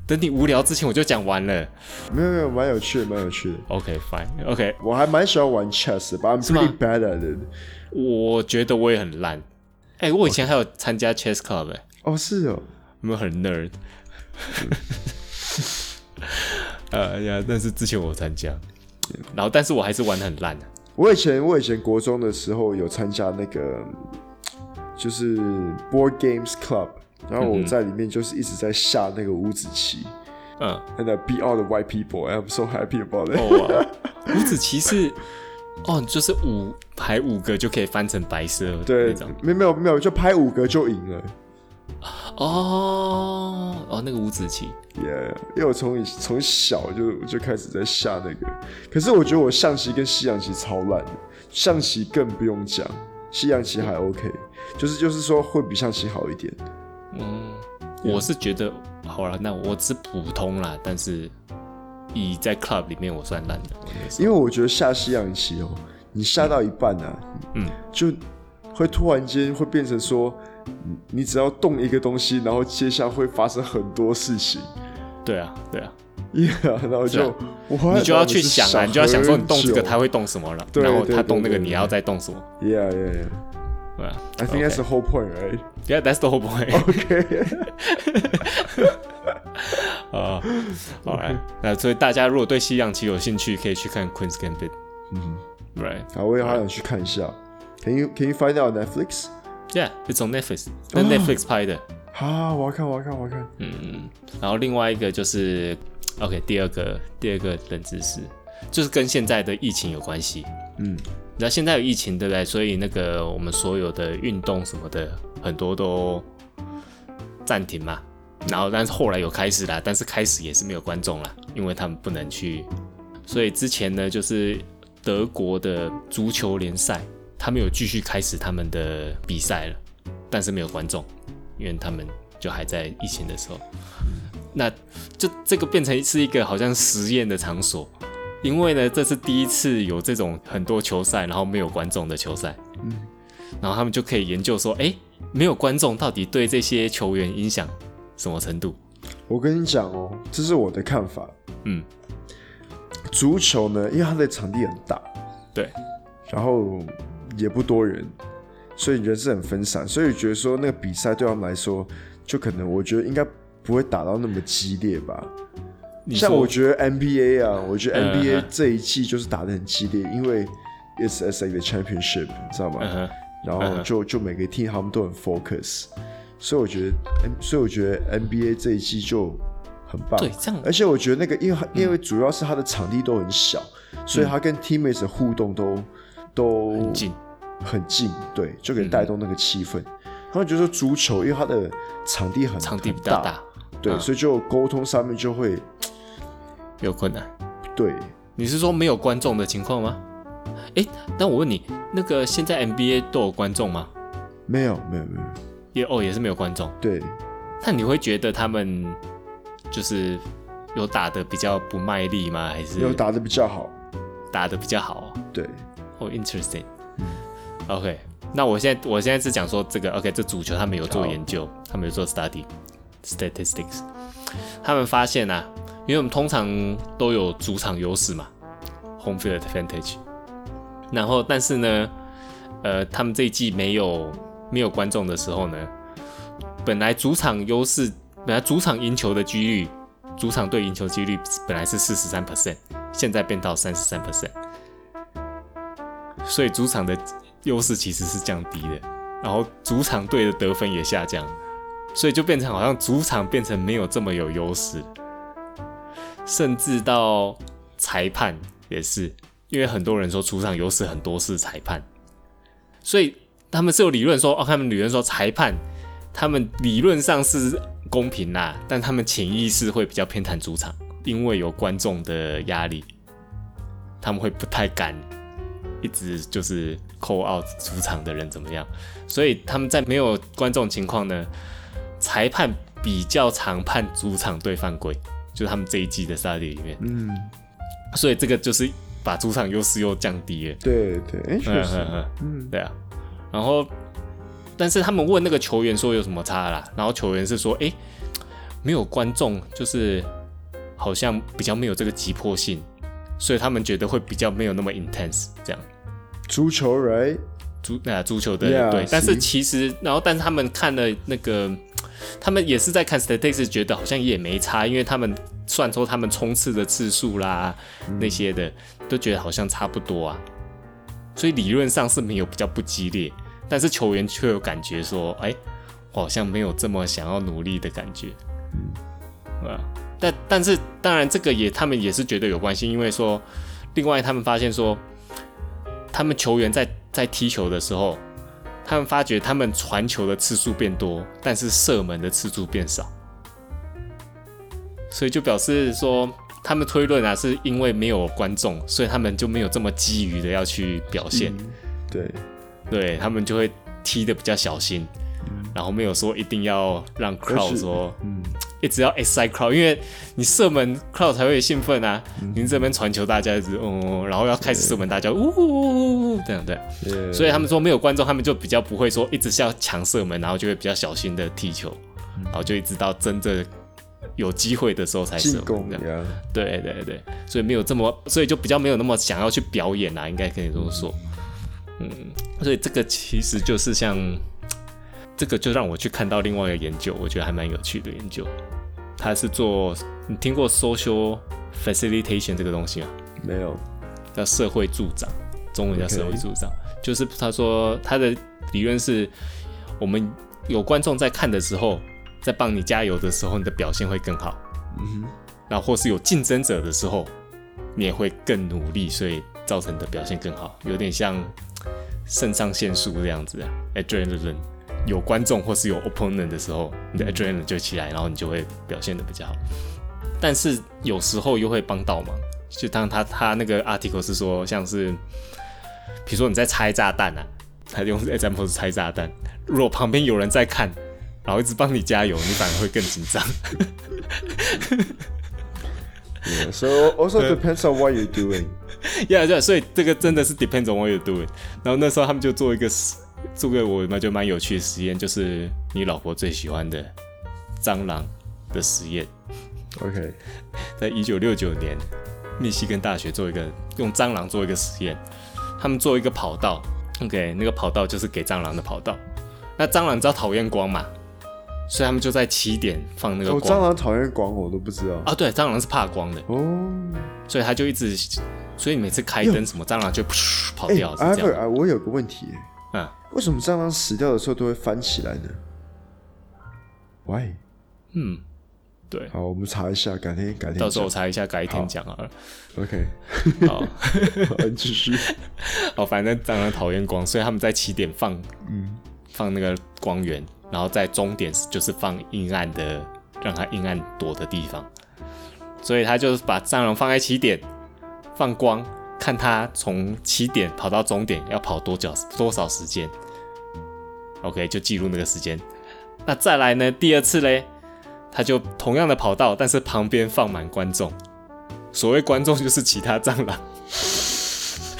Speaker 2: 等你无聊之前我就讲完了。
Speaker 1: 没有没有，蛮有趣的，蛮有趣的。
Speaker 2: OK，fine，OK，、
Speaker 1: 我还蛮喜欢玩 chess 的，but I'm
Speaker 2: 是吗
Speaker 1: pretty bad at it。
Speaker 2: 我觉得我也很烂。哎、我以前还有参加 chess club 哎、
Speaker 1: 哦，是哦，
Speaker 2: 有没有很 nerd？呃呀，但是之前我有参加，然后但是我还是玩的很烂、啊、
Speaker 1: 我以前我以前国中的时候有参加那个就是 board games club，然后我在里面就是一直在下那个五子棋。
Speaker 2: 嗯，
Speaker 1: And I beat all the white people, and I'm so happy about it.
Speaker 2: 哦哇，五子棋是哦，就是五排五个就可以翻成白色那
Speaker 1: 对
Speaker 2: 种，
Speaker 1: 没有没有没有，就拍五格就赢了。
Speaker 2: 哦哦，那个五子棋
Speaker 1: Yeah，因为我从以从小就就开始在下那个，可是我觉得我象棋跟西洋棋超烂的，象棋更不用讲，西洋棋还 OK，就是就是说会比象棋好一点。
Speaker 2: 嗯我是觉得好了，那我是普通啦，但是以在 club 里面我算烂的，我那时候
Speaker 1: 因为我觉得下西洋棋哦，你下到一半啊，
Speaker 2: 嗯，
Speaker 1: 就会突然间会变成说，你你只要动一个东西，然后接下来会发生很多事情。
Speaker 2: 对啊对啊，
Speaker 1: Yeah，然 <laughs> 后
Speaker 2: 是
Speaker 1: 就、
Speaker 2: 啊
Speaker 1: 我
Speaker 2: 你就要去想啊，你就要想说你动这个它
Speaker 1: 会。
Speaker 2: 会动什么了，
Speaker 1: 对
Speaker 2: 然后
Speaker 1: 对
Speaker 2: 它
Speaker 1: 对
Speaker 2: 动那个
Speaker 1: 对
Speaker 2: 你
Speaker 1: 对
Speaker 2: 要再动什么，
Speaker 1: Yeah, yeah, yeah.
Speaker 2: 对啊
Speaker 1: I think that's the whole point, right?
Speaker 2: Yeah, that's the
Speaker 1: <laughs>
Speaker 2: whole point.
Speaker 1: OK，
Speaker 2: <laughs> 啊，好来，那所以大家如果对西洋棋有兴趣，可以去看 Queen's Gambit。嗯，Right.
Speaker 1: 好，啊我也好想去看一下。Can you Can you find out on Netflix？
Speaker 2: Yeah, it's on Netflix. 那 Netflix 拍的。
Speaker 1: 啊，我要看，我要看，我要看。
Speaker 2: 嗯然后另外一个就是，OK，第二个第二个冷知识就是跟现在的疫情有关系。
Speaker 1: 嗯，
Speaker 2: 那现在有疫情，对不对？所以那个我们所有的运动什么的，很多都暂停嘛。然后，但是后来有开始啦，但是开始也是没有观众啦，因为他们不能去。所以之前呢，就是德国的足球联赛，他们有继续开始他们的比赛了，但是没有观众，因为他们就还在疫情的时候。那就这个变成是一个好像实验的场所，因为呢，这是第一次有这种很多球赛，然后没有观众的球赛，
Speaker 1: 嗯
Speaker 2: 然后他们就可以研究说，哎，没有观众到底对这些球员影响什么程度？
Speaker 1: 我跟你讲哦，这是我的看法。
Speaker 2: 嗯，
Speaker 1: 足球呢，因为它的场地很大，
Speaker 2: 对，
Speaker 1: 然后也不多人，所以人是很分散，所以觉得说那个比赛对他们来说，就可能我觉得应该不会打到那么激烈吧。
Speaker 2: 你
Speaker 1: 像
Speaker 2: 说
Speaker 1: 我觉得 NBA 啊，我觉得
Speaker 2: 嗯
Speaker 1: NBA
Speaker 2: 哼
Speaker 1: 这一季就是打得很激烈，因为 it's it's like the championship，你知道吗？
Speaker 2: 嗯哼
Speaker 1: 然后就就每个 team 他们都很 focus，所以我觉得，嗯所以我觉得 NBA 这一季就很棒。
Speaker 2: 对嗯这样
Speaker 1: 而且我觉得那个，因为它因为主要是他的场地都很小，所以他跟 teammates 的互动都都很
Speaker 2: 嗯近，嗯
Speaker 1: 很近，对，就可以带动那个气氛。他们觉得说足球，因为它的场地很
Speaker 2: 场地比
Speaker 1: 很
Speaker 2: 较
Speaker 1: 大，
Speaker 2: 大，嗯
Speaker 1: 对，所以就沟通上面就会
Speaker 2: 有困难。
Speaker 1: 对。
Speaker 2: 你是说没有观众的情况吗？诶，但我问你，那个现在 NBA 都有观众吗？
Speaker 1: 没有没有没有，
Speaker 2: 也哦，也是没有观众。
Speaker 1: 对，
Speaker 2: 那你会觉得他们就是有打的比较不卖力吗？还是
Speaker 1: 有打的比较好，
Speaker 2: 打的比较好？
Speaker 1: 对，
Speaker 2: 哦、i n t e r e s t i n g OK，那我现在我现在是讲说这个 OK，这足球他们有做研究，他们有做 study statistics，他们发现啊，因为我们通常都有主场优势嘛，home field advantage，然后但是呢，呃，他们这一季没有没有观众的时候呢，本来主场优势，本来主场赢球的几率，主场队赢球几率本来是四十三 percent，现在变到三十三 percent。所以主场的优势其实是降低的，然后主场队的得分也下降，所以就变成好像主场变成没有这么有优势，甚至到裁判也是，因为很多人说主场优势很多是裁判，所以他们是有理论说，哦，他们理论说裁判，他们理论上是公平啦，但他们潜意识会比较偏袒主场，因为有观众的压力，他们会不太敢一直就是扣 out 主场的人怎么样，所以他们在没有观众情况呢，裁判比较常判主场队犯规，就是他们这一季的 study 里面，
Speaker 1: 嗯，
Speaker 2: 所以这个就是把主场优势又降低了。
Speaker 1: 对对，哎，确实，
Speaker 2: 嗯
Speaker 1: 嗯，
Speaker 2: 对啊。然后，但是他们问那个球员说有什么差啦，然后球员是说，诶，没有观众，就是好像比较没有这个急迫性，所以他们觉得会比较没有那么 intense 这样。
Speaker 1: 足球 right，
Speaker 2: 足啊足球的
Speaker 1: Yeah，
Speaker 2: 对，但是
Speaker 1: see
Speaker 2: 其实然后但是他们看了那个，他们也是在看 statistics，觉得好像也没差，因为他们算出他们冲刺的次数啦、那些的，都觉得好像差不多啊，所以理论上是没有比较不激烈，但是球员却有感觉说，哎、我好像没有这么想要努力的感觉，啊，但但是当然这个也他们也是觉得有关系，因为说另外他们发现说。他们球员在在踢球的时候，他们发觉他们传球的次数变多，但是射门的次数变少，所以就表示说，他们推论啊，是因为没有观众，所以他们就没有这么基于的要去表现，
Speaker 1: 对，
Speaker 2: 对他们就会踢的比较小心，然后没有说一定要让
Speaker 1: 而
Speaker 2: crowd
Speaker 1: 且
Speaker 2: 说
Speaker 1: 嗯，
Speaker 2: 一直要 excite crowd，因为你射门 crowd 才会兴奋啊，你这边传球大家一直哦，然后要开始射门，大家呜呜呜呜呜这样对。
Speaker 1: 对
Speaker 2: 所以他们说没有观众，他们就比较不会说一直是要强射门，然后就会比较小心的踢球，
Speaker 1: 嗯
Speaker 2: 然后就一直到真正有机会的时候才射
Speaker 1: 进
Speaker 2: 门
Speaker 1: 攻
Speaker 2: 这样
Speaker 1: 呀，
Speaker 2: 对对对，所以没有这么，所以就比较没有那么想要去表演啊啦、应该可以这么说。嗯，所以这个其实就是像，这个就让我去看到另外一个研究，我觉得还蛮有趣的研究。他是做你听过 social facilitation 这个东西吗？
Speaker 1: 没有，
Speaker 2: 叫社会助长，中文叫
Speaker 1: OK
Speaker 2: 社会助长就是他说他的理论是，我们有观众在看的时候，在帮你加油的时候，你的表现会更好，
Speaker 1: 嗯哼，
Speaker 2: 然后或是有竞争者的时候，你也会更努力，所以造成你的表现更好，有点像肾上腺素这样子啊，adrenaline。有观众或是有 opponent 的时候，你
Speaker 1: 嗯
Speaker 2: 的 adrenaline 就起来，然后你就会表现的比较好。但是有时候又会帮倒忙。就当他他那个 article 是说，像是比如说你在拆炸弹啊，他用 example 是拆炸弹，如果旁边有人在看，然后一直帮你加油，你反而会更紧张。 <laughs>
Speaker 1: Yeah, so also depends on what you're doing.
Speaker 2: yeah, yeah，所以这个真的是 depends on what you do。然后那时候他们就做一个实做个我们觉得蛮有趣的实验，就是你老婆最喜欢的蟑螂的实验。
Speaker 1: OK，
Speaker 2: 在一九六九年，密西根大学做一个用蟑螂做一个实验，他们做一个跑道，OK，那个跑道就是给蟑螂的跑道。那蟑螂知道讨厌光嘛，所以他们就在起点放那个
Speaker 1: 我、
Speaker 2: 光。
Speaker 1: 哦蟑螂讨厌光，我都不知道。
Speaker 2: 啊，对，蟑螂是怕光的，
Speaker 1: 哦，
Speaker 2: 所以它就一直，所以你每次开灯什么，蟑螂就噗跑
Speaker 1: 哎、
Speaker 2: 掉，
Speaker 1: 阿
Speaker 2: 是这
Speaker 1: 伯
Speaker 2: 样
Speaker 1: 啊，我有个问题耶，
Speaker 2: 的。啊，
Speaker 1: 为什么蟑螂死掉的时候都会翻起来呢？Why？
Speaker 2: 嗯，对，
Speaker 1: 好，我们查一下，改天改天
Speaker 2: 到时候我
Speaker 1: 讲
Speaker 2: 查一下，改天讲好了。
Speaker 1: OK， <laughs>
Speaker 2: 好，
Speaker 1: 好继续。
Speaker 2: <laughs> 好，哦反正蟑螂讨厌光，所以他们在起点放
Speaker 1: 嗯，
Speaker 2: 放那个光源，然后在终点就是放阴暗的，让它阴暗躲的地方。所以他就是把蟑螂放在起点，放光，看它从起点跑到终点要跑多久多少时间。OK，就记录那个时间。那再来呢？第二次嘞，他就同样的跑道，但是旁边放满观众。所谓观众就是其他蟑螂，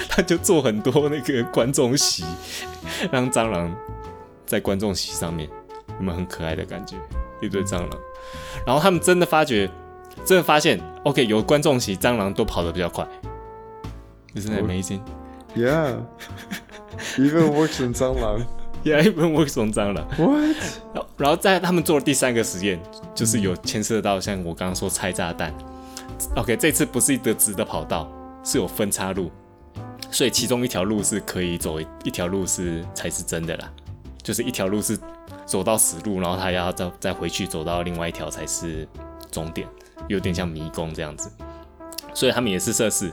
Speaker 2: 他就做很多那个观众席，让蟑螂在观众席上面，有没有很可爱的感觉？一堆蟑螂，然后他们真的发觉，真的发现，OK，有观众席蟑螂都跑得比较快，Isn't that amazing？ <laughs>
Speaker 1: Yeah，even works in 蟑螂。
Speaker 2: Yeah, even works on 蟑螂。
Speaker 1: What？
Speaker 2: 然后然后在他们做了第三个实验，就是有牵涉到像我刚刚说拆炸弹。OK，这次不是一个直的跑道，是有分岔路，所以其中一条路是可以走，一条路是才是真的啦，就是一条路是走到死路，然后他要再再回去走到另外一条才是终点，有点像迷宫这样子。所以他们也是测试，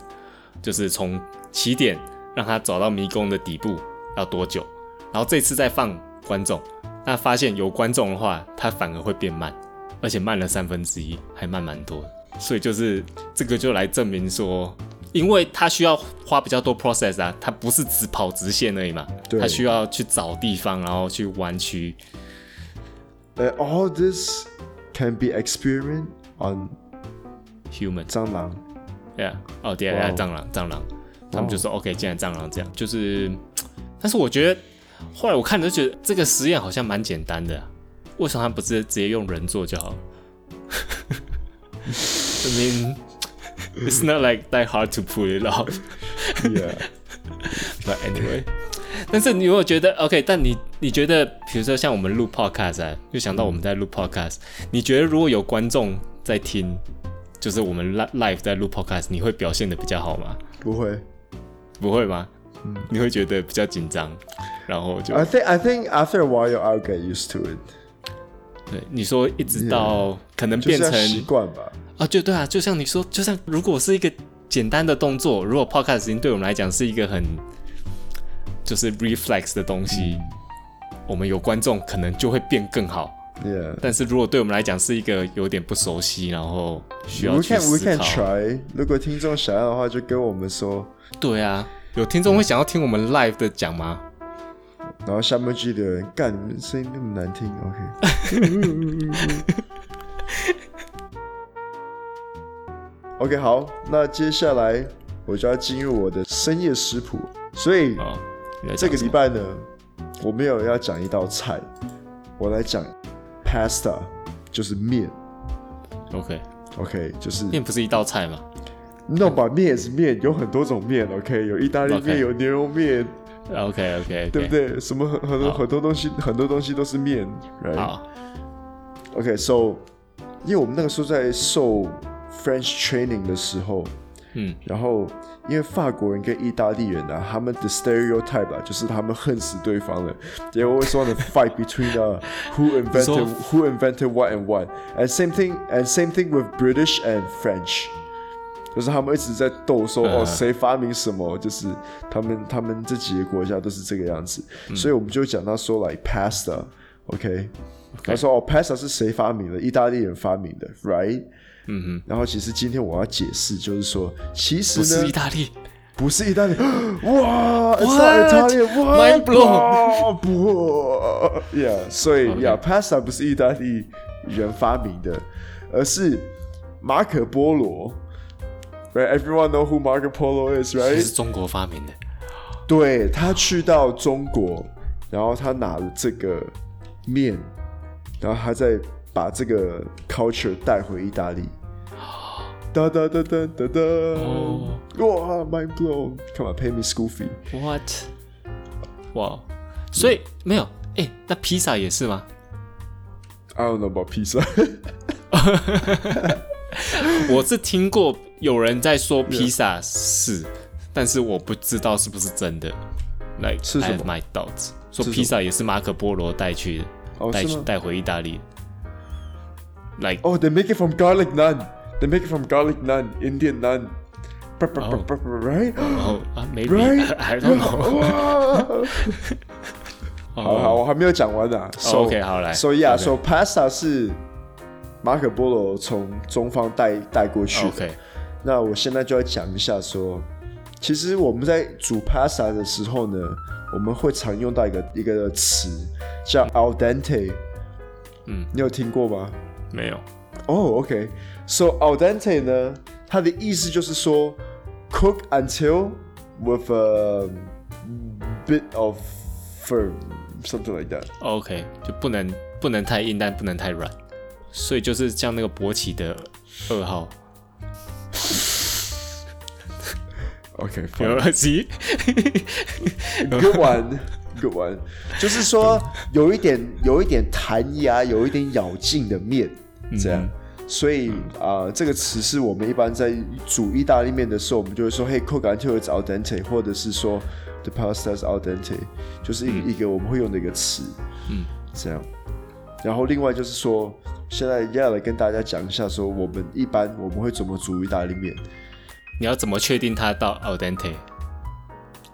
Speaker 2: 就是从起点让他找到迷宫的底部要多久，然后这次再放观众，那发现有观众的话，它反而会变慢，而且慢了三分之一，还慢蛮多的。所以就是这个就来证明说，因为它需要花比较多 process 啊，它不是只跑直线而已嘛，
Speaker 1: 对
Speaker 2: 它需要去找地方，然后去弯曲，
Speaker 1: 呃 all this can be experiment on
Speaker 2: human，
Speaker 1: 蟑螂。
Speaker 2: 对啊，哦对
Speaker 1: 哇
Speaker 2: 啊，
Speaker 1: 哦
Speaker 2: 蟑螂蟑螂，他们就说 OK，既然蟑螂这样，就是，但是我觉得后来我看了就觉得这个实验好像蛮简单的啊、为什么他不是直接用人做就好了 <laughs> ？I mean, it's not like that hard to pull it off.
Speaker 1: Yeah，
Speaker 2: But anyway，但是你如果觉得 OK，但你你觉得，比如说像我们录 podcast 啊，就想到我们在录 podcast，你觉得如果有观众在听，就是我们 li- live 在录 podcast，你会表现的比较好吗？
Speaker 1: 不会。
Speaker 2: 不会吗？
Speaker 1: 嗯
Speaker 2: 你会觉得比较紧张，然后就
Speaker 1: I think I think after a while I'll get used to it，
Speaker 2: 对你说，一直到可能
Speaker 1: 就
Speaker 2: 变
Speaker 1: 是要
Speaker 2: 成
Speaker 1: 习惯吧。
Speaker 2: 啊，就对啊，就像你说，就像如果是一个简单的动作，如果 podcast 已经对我们来讲是一个很就是 reflex 的东西，我们有观众可能就会变更好。
Speaker 1: Yeah，we
Speaker 2: 但是如果对我们来讲是一个有点不熟悉，然后需要去
Speaker 1: can we
Speaker 2: 思
Speaker 1: can
Speaker 2: 考，
Speaker 1: try。如果听众想要的话，就跟我们说，
Speaker 2: 对啊，有听众会想要听我们 live 的讲吗？
Speaker 1: 然后下面记得人干，你们声音那么难听。OK，OK，好，那接下来我就要进入我的深夜食谱，所以
Speaker 2: 啊、你在
Speaker 1: 这
Speaker 2: 讲
Speaker 1: 个
Speaker 2: 什
Speaker 1: 礼
Speaker 2: 么
Speaker 1: 拜呢，我没有要讲一道菜，我来讲 pasta，就是面。
Speaker 2: OK，
Speaker 1: OK，就是
Speaker 2: 面不是一道菜吗？
Speaker 1: 那把面也是面，有很多种面。OK，有意大利
Speaker 2: OK
Speaker 1: 面，有牛肉面，
Speaker 2: OK OK，
Speaker 1: 对不？对？什么很很多
Speaker 2: 好
Speaker 1: 很多东西，很多东西都是面。Right？OK，so，、
Speaker 2: 好，
Speaker 1: OK，so，因为我们那个时候在受 French training 的时候，
Speaker 2: 嗯，
Speaker 1: 然后因为法国人跟意大利人啊，他们的 stereotype 啊，就是他们恨死对方了。They always want to fight between uh, who
Speaker 2: 说
Speaker 1: invented who invented what and what. And same thing and same thing with British and French. 就是他们一直在斗说、哦，谁发明什么，就是他们他们这几个国家都是这个样子，所以我们就讲到说来 pasta，OK，、他说哦，pasta 是谁发明的？意大利人发明的，right？嗯哼。然后其实今天我要解释，就是说，其实
Speaker 2: 不是
Speaker 1: 呢
Speaker 2: 意，大利，
Speaker 1: 不是意大利， <gasps> 哇，it's
Speaker 2: What？
Speaker 1: not Italian，哇
Speaker 2: Mind blown
Speaker 1: 哇不，yeah，所以
Speaker 2: Okay
Speaker 1: yeah，pasta 不是意大利人发明的，而是马可波罗。Right, everyone know who Marco Polo is,
Speaker 2: 这
Speaker 1: right?
Speaker 2: 是中国发明的。
Speaker 1: 对他去到中国，然后他拿了这个面，然后他再把这个 culture 带回意大利。哒哒哒哒哒哒，
Speaker 2: 哦
Speaker 1: 哇，mind blown！Come on，pay me school fee。
Speaker 2: What？哇，所以没有哎、那披萨也是
Speaker 1: <laughs>
Speaker 2: 吗？
Speaker 1: I don't know about pizza <laughs>
Speaker 2: 我是听过有人在说披萨是，但是我不知道是不是真的。Like
Speaker 1: 是什
Speaker 2: I
Speaker 1: 么
Speaker 2: have my doubts。
Speaker 1: 是
Speaker 2: 说
Speaker 1: 什么
Speaker 2: 披萨也是马可波罗带去
Speaker 1: 哦
Speaker 2: 带
Speaker 1: 是
Speaker 2: 去
Speaker 1: 吗
Speaker 2: 带回意大利。Like
Speaker 1: Oh, they make it from garlic naan. They make it from garlic naan, Indian naan. Ba- ba- ba-
Speaker 2: Oh.
Speaker 1: ba- ba-
Speaker 2: <gasps>
Speaker 1: Right? <gasps>
Speaker 2: 哦、啊 m a y b e
Speaker 1: Right?
Speaker 2: <laughs> I
Speaker 1: <laughs>
Speaker 2: don't know。
Speaker 1: 哇好好，我还没有讲完呢、啊。So,
Speaker 2: 哦 OK，好来
Speaker 1: So yeah,
Speaker 2: OK
Speaker 1: so pasta 是马可波罗从中方带带过去的。
Speaker 2: OK，
Speaker 1: 那我现在就要讲一下说，其实我们在煮 pasta 的时候呢，我们会常用到一个一个词叫 al dente。
Speaker 2: 嗯，
Speaker 1: 你有听过吗？
Speaker 2: 没有。
Speaker 1: 哦、o k So al dente 呢，它的意思就是说，cook until with a bit of firm something like that。
Speaker 2: OK，就不能不能太硬，但不能太软，所以就是像那个勃起的二号
Speaker 1: OK，
Speaker 2: <laughs> 有耳机，
Speaker 1: good one, good
Speaker 2: <laughs>
Speaker 1: one，就是说有一点有一点弹牙，有一点咬劲的面，
Speaker 2: 嗯
Speaker 1: 这样。所以啊、呃这个词是我们一般在煮意大利面的时候，我们就会说 “Hey, cook until it's al dente”，或者是说 “The pasta is al dente”，就是一个、一个我们会用的一个词。
Speaker 2: 嗯，
Speaker 1: 这样。然后另外就是说，现在要来跟大家讲一下，说我们一般我们会怎么煮意大利面。
Speaker 2: 你要怎么确定它到 al dente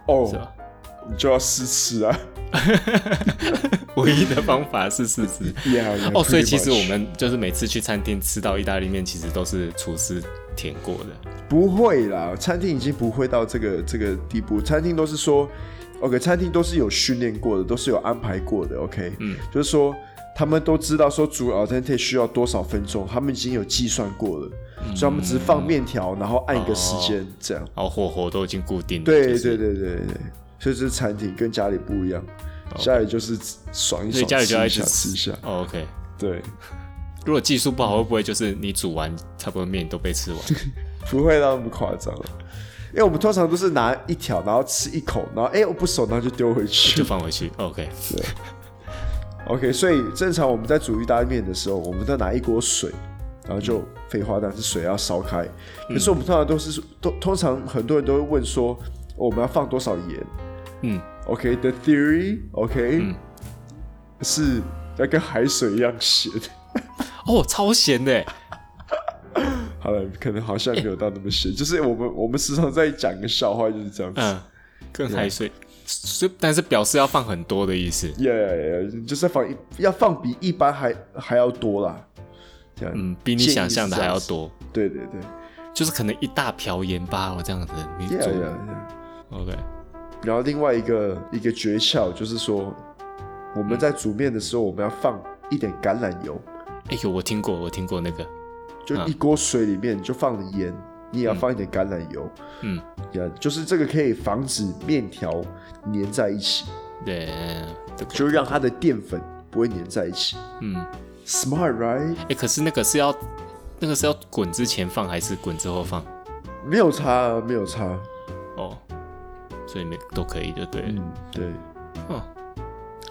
Speaker 1: 哦
Speaker 2: 是吧？ <laughs> 哦
Speaker 1: 你就要试吃啊。 <laughs>
Speaker 2: 唯一的方法是试
Speaker 1: <laughs>
Speaker 2: 吃。
Speaker 1: Yeah, yeah,
Speaker 2: 哦，所以
Speaker 1: pretty
Speaker 2: 其实
Speaker 1: much
Speaker 2: 我们就是每次去餐厅吃到意大利面，其实都是厨师舔过的。
Speaker 1: 不会啦，餐厅已经不会到这个这个地步。餐厅都是说，OK，餐厅都是有训练过的，都是有安排过的，OK，嗯，就是说他们都知道说煮 al dente 需要多少分钟，他们已经有计算过了，
Speaker 2: 嗯
Speaker 1: 所以他们只放面条，然后按一个时间、这样。
Speaker 2: 然后火候都已经固定了。
Speaker 1: 对
Speaker 2: 哦就
Speaker 1: 对
Speaker 2: 是
Speaker 1: 对对对对，所以这是餐厅跟家里不一样，家里就是爽一爽，
Speaker 2: 哦所以家里就要一
Speaker 1: 吃
Speaker 2: 直
Speaker 1: 一下吃一下，
Speaker 2: 哦 OK，
Speaker 1: 对，
Speaker 2: 如果技术不好，会不会就是你煮完差不多面都被吃完？
Speaker 1: 不会到那么夸张。因为我们通常都是拿一条，然后吃一口，然后哎、我不熟，然后就丢回去
Speaker 2: 就。放回
Speaker 1: <laughs>
Speaker 2: 去？OK，
Speaker 1: OK，所以正常我们在煮意大利面的时候，我们都拿一锅水，然后就废话，但是水要烧开。可是我们通常都是都通常很多人都会问说，哦我们要放多少盐
Speaker 2: 嗯，
Speaker 1: ？OK，the、theory OK、是要跟海水一样咸。
Speaker 2: 哦，超咸的耶。
Speaker 1: 好了，可能好像没有到那么咸，就是我们我们时常在讲个笑话就是这样子。
Speaker 2: 嗯，跟海水，所以但是表示要放很多的意思。
Speaker 1: yeah, yeah, yeah，就是放一要放比一般还还要多啦，这样，
Speaker 2: 嗯，比你
Speaker 1: 建议
Speaker 2: 想象的
Speaker 1: 是这
Speaker 2: 还
Speaker 1: 样
Speaker 2: 要
Speaker 1: 子。
Speaker 2: 多，
Speaker 1: 对对对
Speaker 2: 就是可能一大瓢盐巴哦，这样子你
Speaker 1: ，yeah,
Speaker 2: 煮。
Speaker 1: yeah, yeah.
Speaker 2: OK，
Speaker 1: 然后另外一个一个诀窍就是说，我们在煮面的时候，我们要放一点橄榄油，
Speaker 2: 哎呦，我听过，我听过那个，
Speaker 1: 就
Speaker 2: 嗯
Speaker 1: 一锅水里面就放了盐，你也要放一点橄榄油，
Speaker 2: 嗯，
Speaker 1: 呀，就是这个可以防止面条粘在一起，
Speaker 2: 对，嗯这个
Speaker 1: 就让它的淀粉不会粘在一起。
Speaker 2: 嗯，
Speaker 1: Smart right？
Speaker 2: 哎，可是那个是要那个是要滚之前放还是滚之后放？
Speaker 1: 没有差啊，没有差。
Speaker 2: 哦，所以没都可以就对了。
Speaker 1: 嗯，对。
Speaker 2: 嗯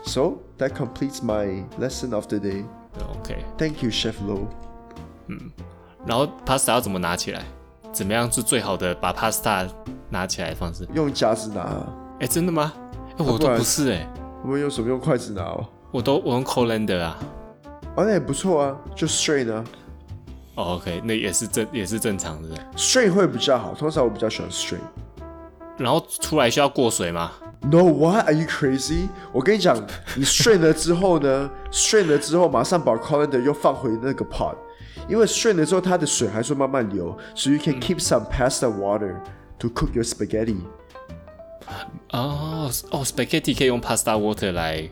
Speaker 1: So that completes my lesson of the day.
Speaker 2: OK，
Speaker 1: Thank you, Chef Lo.
Speaker 2: 然后 pasta 要怎么拿起来？怎么样是最好的把 pasta 拿起来的方式？
Speaker 1: 用夹子拿，
Speaker 2: 哎，真的吗？哎，我
Speaker 1: 不
Speaker 2: 都
Speaker 1: 然
Speaker 2: 不是哎，
Speaker 1: 我们用什么？用筷子拿哦。
Speaker 2: 我都我用 colander 啊。
Speaker 1: 哦，那也不错啊，就 strain 啊
Speaker 2: 哦，OK，那也是正也是正常的。
Speaker 1: ，strain 会比较好。通常我比较喜欢 strain。
Speaker 2: 然后出来需要过水吗？
Speaker 1: No, what are you crazy？我跟你讲，你 strain 了之后呢 <laughs> ，strain 了之后马上把 colander 又放回那个 pot，因为 strain 了之后它的水还是会慢慢流，so you can keep some pasta water to cook your spaghetti。
Speaker 2: 哦哦，spaghetti 可以用 pasta water 来，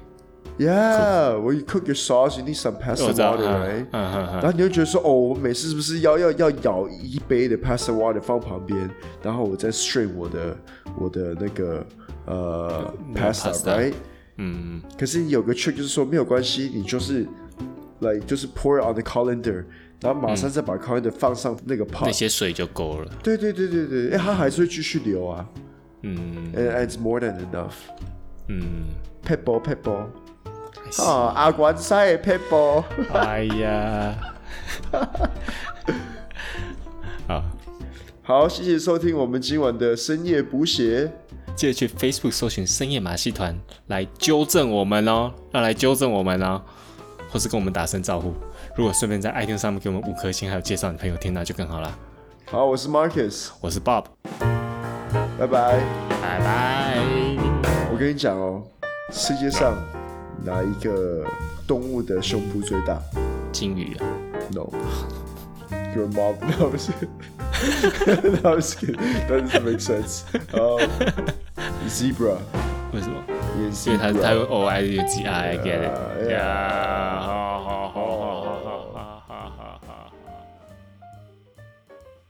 Speaker 1: Yeah, when you cook your sauce, you need some pasta
Speaker 2: 我知道
Speaker 1: water,
Speaker 2: 嗯
Speaker 1: right？
Speaker 2: 嗯嗯
Speaker 1: 然后你就觉得说，哦，我每次是不是要要要舀一杯的 pasta water 放旁边，然后我再 strain 我的我的那个呃
Speaker 2: 嗯 pasta
Speaker 1: pasta，right？
Speaker 2: 嗯，
Speaker 1: 可是你有个 trick 就是说没有关系，你就是来就是 pour it on the colander，然后马上再把 colander 放上那个
Speaker 2: 嗯那
Speaker 1: pot。
Speaker 2: 些水就够了。
Speaker 1: 对对对对对，哎，它还是会继续流啊
Speaker 2: 嗯
Speaker 1: ，and and it's more than enough。
Speaker 2: 嗯，
Speaker 1: p e b b l e p e b b l e 啊，阿管赛 p e b b l e
Speaker 2: 哎呀，啊，
Speaker 1: 好，谢谢收听我们今晚的深夜补血。
Speaker 2: 记得去 Facebook 搜寻“深夜马戏团”来纠正我们哦，要来纠正我们哦，或是跟我们打声招呼。如果顺便在 iTunes 上面给我们五颗星，还有介绍你朋友听到就更好啦。
Speaker 1: 好，我是 Marcus，
Speaker 2: 我是 Bob，
Speaker 1: 拜拜。
Speaker 2: 拜拜。
Speaker 1: 我跟你讲哦，世界上哪一个动物的胸部最大
Speaker 2: 金鱼啊，
Speaker 1: ？No，your mom。No，不 <laughs> 是。no, I'm just kidding. That doesn't make sense. Um, zebra.
Speaker 2: 为什么？
Speaker 1: 也
Speaker 2: 因为它它
Speaker 1: zebra. 啊
Speaker 2: 有 O I U G I，I get
Speaker 1: Yeah,
Speaker 2: it，yeah。